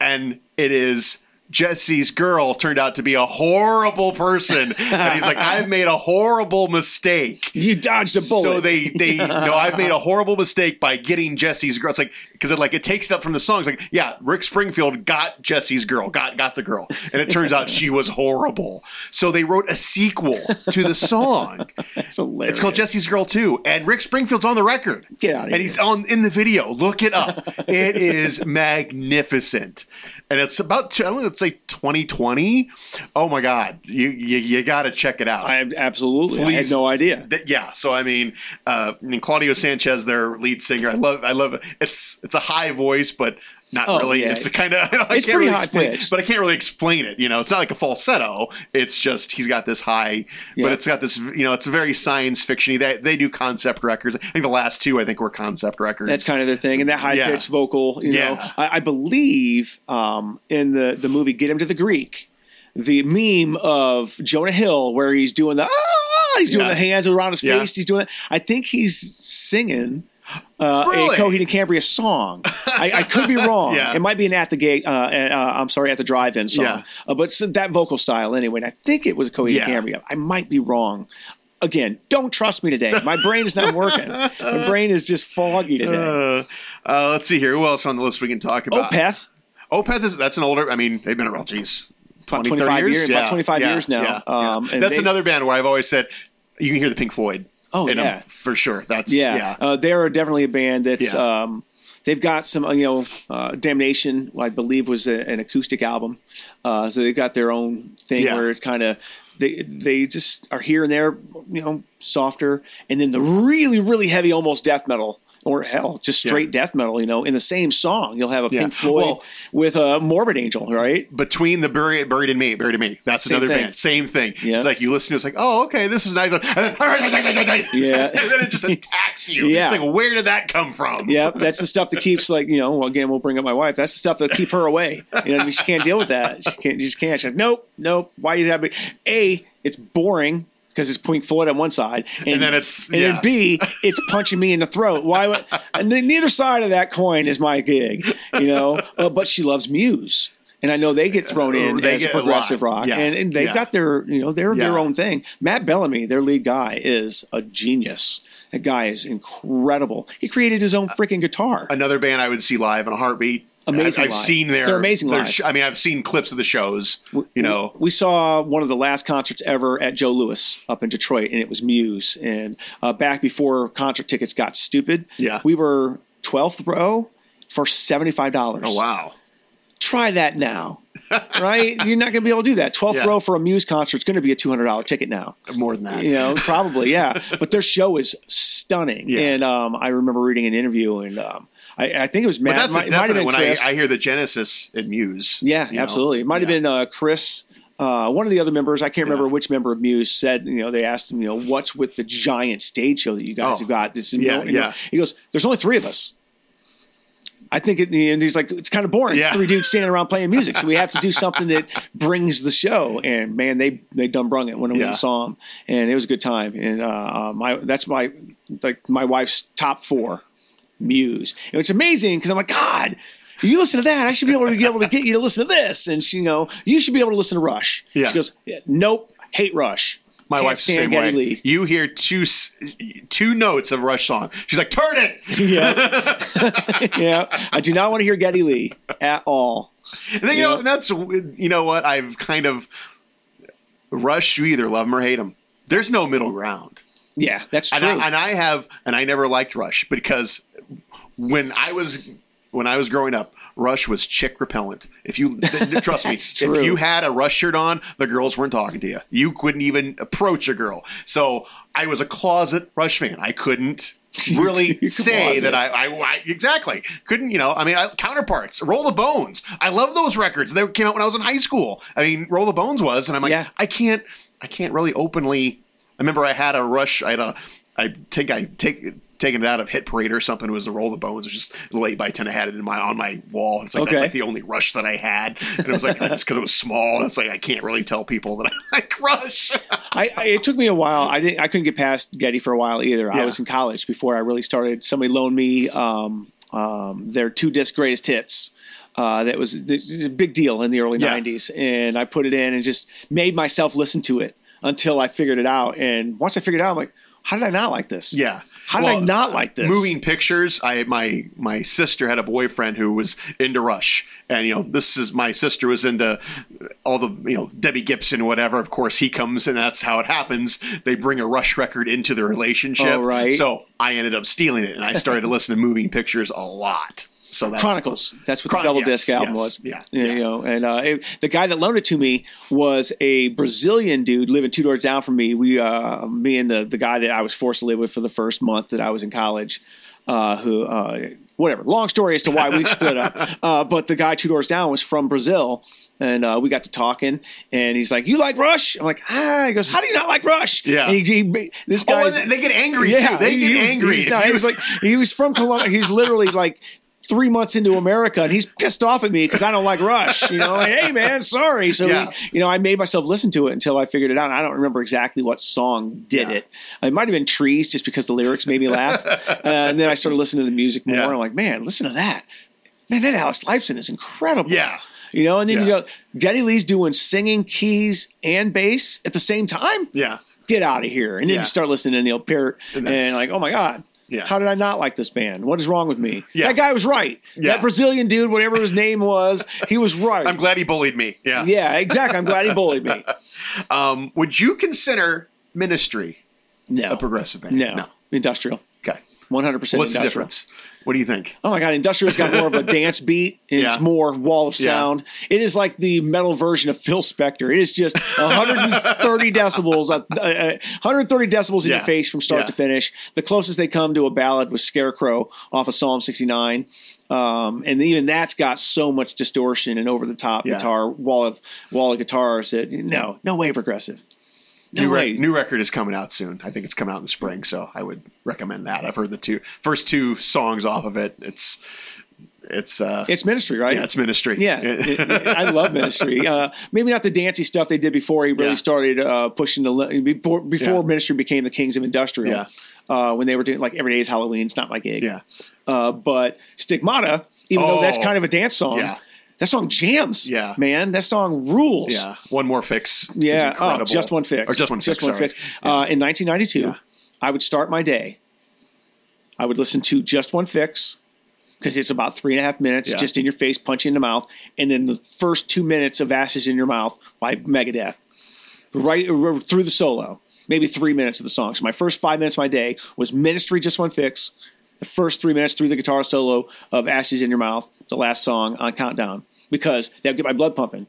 and it is. Jesse's girl turned out to be a horrible person. And he's like, I've made a horrible mistake.
you dodged a bullet.
So they
[laughs]
they no, I've made a horrible mistake by getting Jesse's girl. It's like because it like it takes that from the songs. Like yeah, Rick Springfield got Jesse's girl, got got the girl, and it turns out she was horrible. So they wrote a sequel to the song.
That's hilarious.
It's called Jesse's Girl Too, and Rick Springfield's on the record.
Get outta
and
here.
he's on in the video. Look it
[laughs]
up. it is magnificent, and it's about two, I don't know, let's say 2020. Oh my God, you you, you got to check it out.
I absolutely. I had
Please.
no idea.
Th- yeah, so I mean, uh, I mean, Claudio Sanchez, their lead singer, I love, I love. It's it's a high voice, but not
Oh,
really.
yeah.
It's a kind [laughs] of
It's pretty
really
high
explain,
pitched.
but I can't really explain it. You know, it's not like a falsetto. It's just he's got this high,
Yeah.
but it's got this. You know, it's very science fiction. They they do concept records. I think the last two, I think, were concept records.
That's kind of their thing, and that high pitched
Yeah.
vocal. You
Yeah.
know, I, I believe um, in the the movie Get Him to the Greek, the meme of Jonah Hill where he's doing the ah, he's doing
Yeah.
the hands around his
Yeah.
face. He's doing. It. I think he's singing. Uh,
Really?
A Coheed and Cambria song. I, I
[laughs]
could be wrong.
Yeah.
It might be an at the gate. Uh, uh, I'm sorry, at the drive-in song.
Yeah.
Uh, but so that vocal style, anyway. And I think it was Coheed
Yeah.
and Cambria. I might be wrong. Again, don't trust me today. My brain is not working. My brain is just foggy today.
Uh, uh, let's see here. Who else on the list we can talk
Oh,
about?
Opeth,
Opeth is that's an older. I mean, they've been around. Jeez,
about
20, 30
25 years,
Yeah,
about 25
yeah,
years now.
yeah, yeah.
Um, and
that's
they-
another band where I've always said you can hear the Pink Floyd.
Oh,
in 'em
yeah.
for sure. That's
Yeah,
yeah.
Uh, they are definitely a band that's.
Yeah.
Um, they've got some, uh, you know, uh, Damnation, I believe, was a, an acoustic album. Uh, so they've got their own thing
Yeah.
where it kind of. They, they just are here and there, you know, softer, and then the really really heavy, almost death metal, or hell, just straight death metal. You know, in the same song, you'll have a
Yeah.
Pink Floyd
Well-
with a Morbid Angel, right?
Between the buried, buried in me, buried in me. That's
Same
another
thing.
band. Same thing.
Yeah.
It's like you listen to. it, It's like, oh, okay, this is nice. And then, [laughs]
Yeah.
and then it just attacks you.
Yeah.
It's like, where did that come from?
Yep, that's the stuff that keeps like you know. Well, again, we'll bring up my wife. That's the stuff that'll keep her away. You know, what I mean? she can't deal with that. She can't. She just can't. She's like, nope, nope. Why you have me? A, it's boring because it's Pink Floyd on one side, and,
then it's-
and
yeah.
then B, it's punching me in the throat. Why? Would, and then neither side of that coin is my gig. You know, uh, but she loves Muse. And I know they get thrown in
Uh, They
as
get a lot.
progressive rock,
Yeah.
and, and they've
Yeah.
got their you know their their
Yeah.
own thing. Matt Bellamy, their lead guy, is a genius. That guy is incredible. He created his own freaking guitar.
Another band I would see live in a heartbeat.
Amazing
I, have
live.
seen their.
They're amazing
their
live.
sh- I mean, I've seen clips of the shows. You know.
we saw one of the last concerts ever at Joe Lewis up in Detroit, and it was Muse. And uh, back before concert tickets got stupid,
Yeah.
we were 12th row for seventy five dollars.
Oh, wow.
Try that now, right? You're not going to be able to do
[laughs]
that. 12th
Yeah.
row for a Muse concert is going to be a two hundred dollar ticket now.
More than that.
you know
[laughs]
probably yeah but their show is stunning
Yeah.
and um, i remember reading an interview and um, I, I think it was
But
Matt.
that's
might,
a
might have
definite
been
when I,
Chris.
I hear the Genesis and Muse.
yeah
you know?
absolutely it might have
Yeah.
been uh, chris uh, one of the other members i can't remember which member of muse said you know they asked him you know what's with the giant stage show that you guys
Oh.
have got this
Yeah,
you know,
yeah.
he goes there's only three of us I think it, and he's like, it's kind of boring.
Yeah.
Three dudes standing around playing music. So we have to do something
[laughs]
that brings the show. And man, they they done brung it when we
Yeah.
saw them, and it was a good time. And uh, uh, my that's my like my wife's top four Muse, and it's amazing because I'm like, God, you listen to that. I should be able to be able to get you to listen to this. And she, you know, you should be able to listen to Rush.
Yeah.
She goes, "Yeah, nope, hate Rush.
My
Can't
wife's the same
stand
way.
Geddy Lee. [laughs]
You hear two s- two notes of Rush song. She's like, "Turn
[laughs]
it!"
Yeah. yeah. I do not want to hear Getty Lee at all.
And then, you know that's you know what I've kind of Rush. You either love him or hate him. There's no middle ground.
Yeah, that's true.
and I, and I have and I never liked Rush because when I was when I was growing up, Rush was chick repellent. If you th-
[laughs]
th- trust me,
That's
if
true.
you had a Rush shirt on, the girls weren't talking to you. You couldn't even approach a girl. So I was a closet Rush fan. I
[laughs]
couldn't really say
Closet.
that I, I, I exactly couldn't. You know, I mean, I, counterparts, Roll the Bones. I love those records. They came out when I was in high school. I mean, Roll the Bones was, and I'm like,
Yeah.
I can't, I can't really openly. I remember I had a rush. I had a, I think I take taken it out of Hit Parade or something. It was the Roll the Bones. It was just late by ten. I had it in my on my wall. It's like that's
Okay.
like the only rush that I had, and it was like [laughs] that's because it was small. And it's like I can't really tell people that I like Rush. [laughs]
I, I it took me a while. I didn't. I couldn't get past Getty for a while either.
Yeah.
I was in college before I really started. Somebody loaned me um, um, their two disc greatest hits. Uh, that was a big deal in the early
Yeah.
'90s, and I put it in and just made myself listen to it until I figured it out. And once I figured it out, I'm like, how did I not like this?
Yeah.
How did I not like this?
Moving pictures. I my my sister had a boyfriend who was into Rush, and you know this is my sister was into all the you know Debbie Gibson whatever. Of course he comes, and that's how it happens. They bring a Rush record into the relationship.
Oh, right.
So I ended up stealing it, and I started to listen to moving pictures a lot. So that's
Chronicles. That's what
Chron-
the double
yes,
disc album
yes,
was.
yeah,
You
yeah.
know, and uh, it, the guy that loaned it to me was a Brazilian dude living two doors down from me. We, uh, me and the the guy that I was forced to live with for the first month that I was in college. Uh, who, uh, whatever. Long story as to why we split up.
[laughs]
Uh, but the guy two doors down was from Brazil. And uh, we got to talking, and he's like, "You like Rush?" I'm like, "Ah." He goes, "How do you not like Rush?"
Yeah.
And he, he, this guy,
Oh, and they get angry too. They
he-
get
he was-
angry.
He was, not- he was like, he was from Colombia. He's literally like three months into America, and he's pissed off at me because I don't like Rush. You know, like, hey man, sorry. So
Yeah.
we- you know, I made myself listen to it until I figured it out. I don't remember exactly what song did
Yeah.
it. It might have been Trees, just because the lyrics made me
[laughs]
laugh. uh, and then I started listening to the music more.
Yeah.
And I'm like, man, listen to that. Man, that Alice Lifeson is incredible.
Yeah.
You know, and then
Yeah.
you go, Geddy Lee's doing singing, keys, and bass at the same time
[laughs] yeah.
get out of here. And then
Yeah.
you start listening to Neil Peart
And
and,
that's-
like, oh my God.
Yeah.
How did I not like this band? What is wrong with me?
Yeah.
That guy was right.
Yeah.
That Brazilian dude, whatever his name was,
[laughs]
he was right.
I'm glad he bullied me. Yeah.
Yeah, exactly. I'm glad he bullied
[laughs]
me.
Um, would you consider Ministry
No.
a progressive band?
no. Industrial.
Okay.
100%
What's
industrial.
the difference? What do you think?
Oh my God, industrial's
[laughs]
got more of a dance beat. and
Yeah.
It's more wall of
Yeah.
sound. It is like the metal version of Phil Spector. It is just 130 decibels, uh, uh, 130 decibels in
Yeah.
your face from start
Yeah.
to finish. The closest they come to a ballad was Scarecrow off of Psalm 69. Um, and even that's got so much distortion and over the top
Yeah.
guitar wall of wall of guitars that no, no way progressive. No
new,
way.
rec- new record is coming out soon. I think it's coming out in the spring, so I would recommend that. I've heard the two first two songs off of it. It's it's uh
it's ministry, right?
yeah, it's ministry.
Yeah, it- it- [laughs] I love Ministry. Uh, maybe not the dancey stuff they did before he really
Yeah.
started uh, pushing the li- before before
Yeah.
Ministry became the Kings of Industrial.
Yeah.
Uh, when they were doing like every day is Halloween, it's not my gig.
yeah.
Uh, but Stigmata, even though that's
Oh.
kind of a dance song,
Yeah.
that song jams.
Yeah.
man, that song rules.
Yeah. One more fix. is
Yeah, oh,
incredible.
just one fix.
Or just one fix.
Just one
sorry.
fix. Uh, in 1992, I would start my day. I would listen to just one fix because it's about three and a half minutes,
Yeah.
just in your face, punch you in the mouth, and then the first two minutes of asses in your mouth by Megadeth, right r- through the solo, maybe three minutes of the song. So my first five minutes of my day was Ministry, just one fix. The first three minutes through the guitar solo of Ashes in Your Mouth, the last song on Countdown, because that would get my blood pumping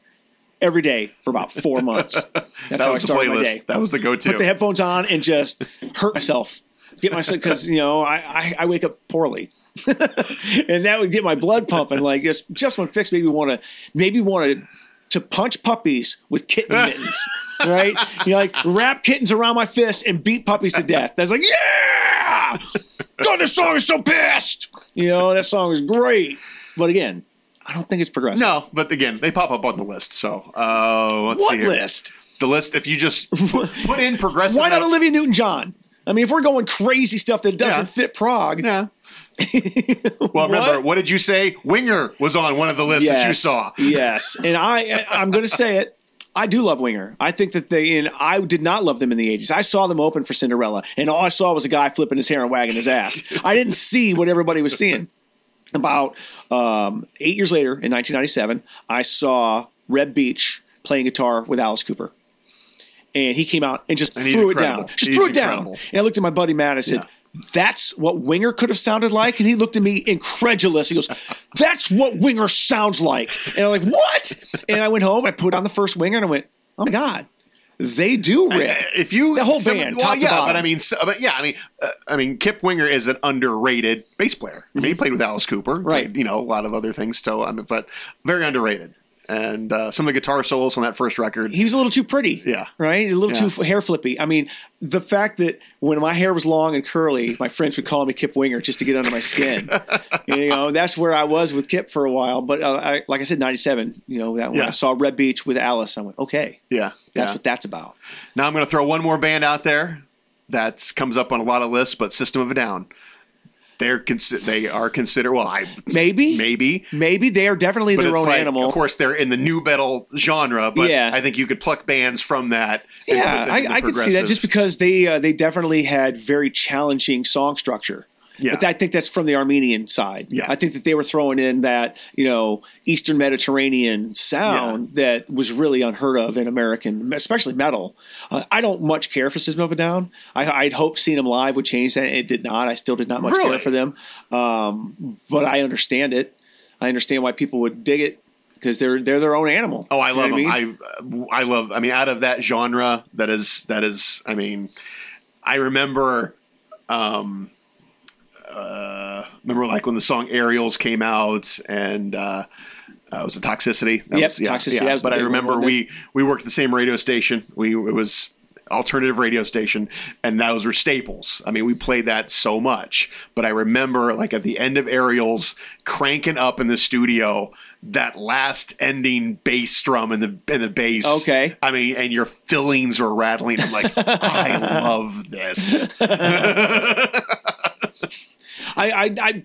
every day for about
[laughs]
four months. That's
That
how I
was the
started my day
playlist. That was the go-to.
put the headphones on and just hurt myself. Get myself because you know I, I I wake up poorly, [laughs] and that would get my blood pumping. Like just just one fix, maybe want to maybe want to to punch puppies with
[laughs]
kitten mittens, right? You know, like wrap kittens around my fist and beat puppies to death. That's like yeah, God, this song is so pissed. You know that song is great, but again, I don't think it's progressive.
no, but again, they pop up on the list. So uh, let's
what
see here.
list? [laughs]
The list. If you just put in progressive,
Why not
metal-
Olivia Newton John? I mean, if we're going crazy stuff that doesn't
Yeah.
fit Prague,
Yeah. well, remember what? did you say? Winger was on one of the lists that you saw.
Yes, and I, I- I'm going to say it. I do love Winger. I think that they and I did not love them in the 80s. I saw them open for Cinderella, and all I saw was a guy flipping his hair and wagging his ass. I didn't see what everybody was seeing. About um, eight years later, in 1997, I saw Red Beach playing guitar with Alice Cooper. And he came out and just
he's
threw
incredible.
it down. Just
He's
threw it down.
incredible.
And I looked at my buddy Matt. I said, "That's what Winger could have sounded like." And he looked at me incredulous. He goes, "That's what Winger sounds like." And I'm like, "What?" And I went home. I put on the first Winger, and I went, "Oh my god, they do rip."
[laughs] If you
the whole
some-
band,
well,
top to
yeah,
bottom.
but I mean, so, but yeah, I mean, uh, I mean, Kip Winger is an underrated bass player. I mean, he played with Alice Cooper,
Mm-hmm. Right.
played, you know, a lot of other things. So, I mean, but very underrated. And uh, some of the guitar solos on that first record,
he was a little too pretty.
Yeah.
Right? A little
Yeah.
too f- hair flippy. I mean, the fact that when my hair was long and curly, my friends would call me Kip Winger just to get under
[laughs]
my skin. you know, that's where I was with Kip for a while. But uh, I, like I said, 97, you know, that when
Yeah.
I saw Red Beach with Alice, I went, okay,
yeah,
that's
yeah.
what that's about.
Now I'm going to throw one more band out there that comes up on a lot of lists, but System of a Down. They're consi- they are considered well, I
Maybe.
maybe,
Maybe they are definitely
but
their
it's
own
like
animal.
of course they're in the new metal genre, but
Yeah.
I think you could pluck bands from that. and put
Yeah,
them in the
I, I could see that
progressive.
just because they uh, they definitely had very challenging song structure.
Yeah.
But I think that's from the Armenian side.
Yeah.
I think that they were throwing in that you know Eastern Mediterranean sound that was really unheard of in American, especially metal. Uh, I don't much care for System of a Down. I, I'd hoped seeing them live would change that. It did not. I still did not much
Really?
care for them, um, but I understand it. I understand why people would dig it because they're they're their own animal.
Oh, I
You know
love
what
them.
mean?
I I love. I mean, out of that genre, that is that is. I mean, I remember. Um, uh, remember like when the song Aerials came out and. Uh, uh, was it toxicity? That
Yep,
was,
Toxicity, that was the
but I
big one,
remember
wasn't it?
we we worked at the same radio station. We it was alternative radio station, and those were staples. I mean, we played that so much. But I remember like at the end of Aerials, cranking up in the studio that last ending bass drum and the and the bass.
Okay.
I mean, and your fillings are rattling. I'm like,
[laughs]
I love this.
I, I, I,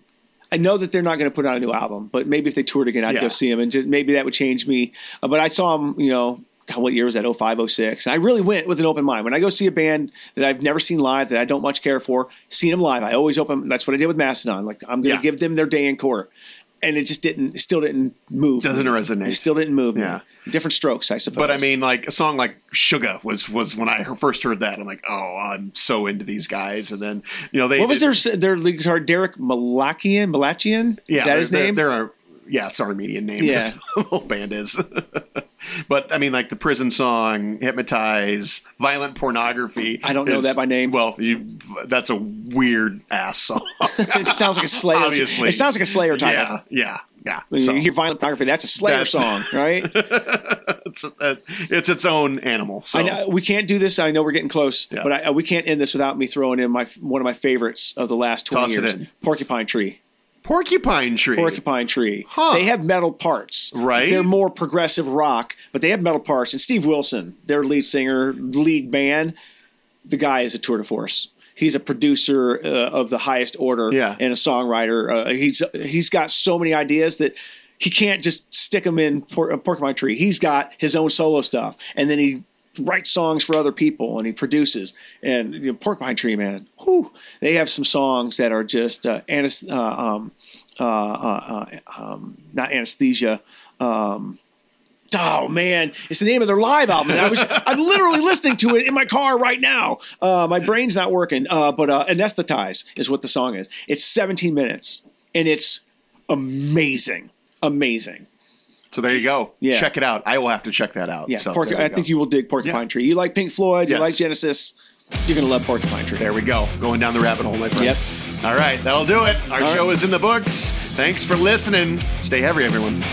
I know that they're not going to put out a new album, but maybe if they toured again, I'd
Yeah.
go see them, and just, maybe that would change me. Uh, but I saw them, you know, God, what year was that? 05, 06. I really went with an open mind. When I go see a band that I've never seen live, that I don't much care for, seeing them live, I always open. That's what I did with Mastodon. Like I'm going to
Yeah.
give them their day in court, and it just didn't, it still didn't move.
Doesn't
me.
resonate.
It still didn't move.
Yeah.
Yeah, different strokes, I suppose.
But I mean, like a song like "Sugar" was was when I first heard that. I'm like, oh, I'm so into these guys. And then you know they
What was their their lead guitar? Derek Malakian, Malachian?
Yeah,
is that
there-
his
there-
name?
There are yeah, it's Armenian name. [laughs]
Yeah.
Yeah, the whole band is. [laughs] but I mean, like the prison song, hypnotize, violent pornography.
I don't know
is-
that by name.
Well, you, that's a weird ass song.
[laughs]
[laughs]
it sounds like a Slayer.
Obviously,
it sounds like a Slayer title.
Yeah, yeah, yeah.
When
So
you hear violent pornography, that's a Slayer
That's-
song,
[laughs]
right?
it's uh, it's its own animal. So
I know, we can't do this. I know we're getting close,
Oh. Yeah.
but I, we can't end this without me throwing in my one of my favorites of the last twenty
Toss it
years:
in.
Porcupine Tree.
porcupine tree.
Porcupine Tree.
Huh.
They have metal parts,
Right.
They're more progressive rock, but they have metal parts. And Steve Wilson, their lead singer, lead man, the guy is a tour de force. He's a producer uh, of the highest order
Yeah.
and a songwriter. Uh, he's he's got so many ideas that he can't just stick them in por- a Porcupine Tree. He's got his own solo stuff, and then he writes songs for other people and he produces. And you know, Porcupine Tree, man, whew, they have some songs that are just uh, anis- uh, um, uh, uh, uh, um, not anesthesia. Um, Oh man, it's the name of their live album. And I was I'm literally listening to it in my car right now. Uh, my brain's not working, uh, but uh, anesthetize is what the song is. It's 17 minutes, and it's amazing, amazing.
So there you go.
Yeah.
Check it out. I will have to check that out.
Yeah,
So
Porcu-
there
I
go.
think you will dig Porcupine Tree. You like Pink Floyd,
Yes.
you like Genesis, you're gonna love Porcupine Tree.
There we go. Going down the rabbit hole, my friend.
Yep.
All right, that'll do it. Our
All
show
right.
is in the books. Thanks for listening. Stay heavy, everyone.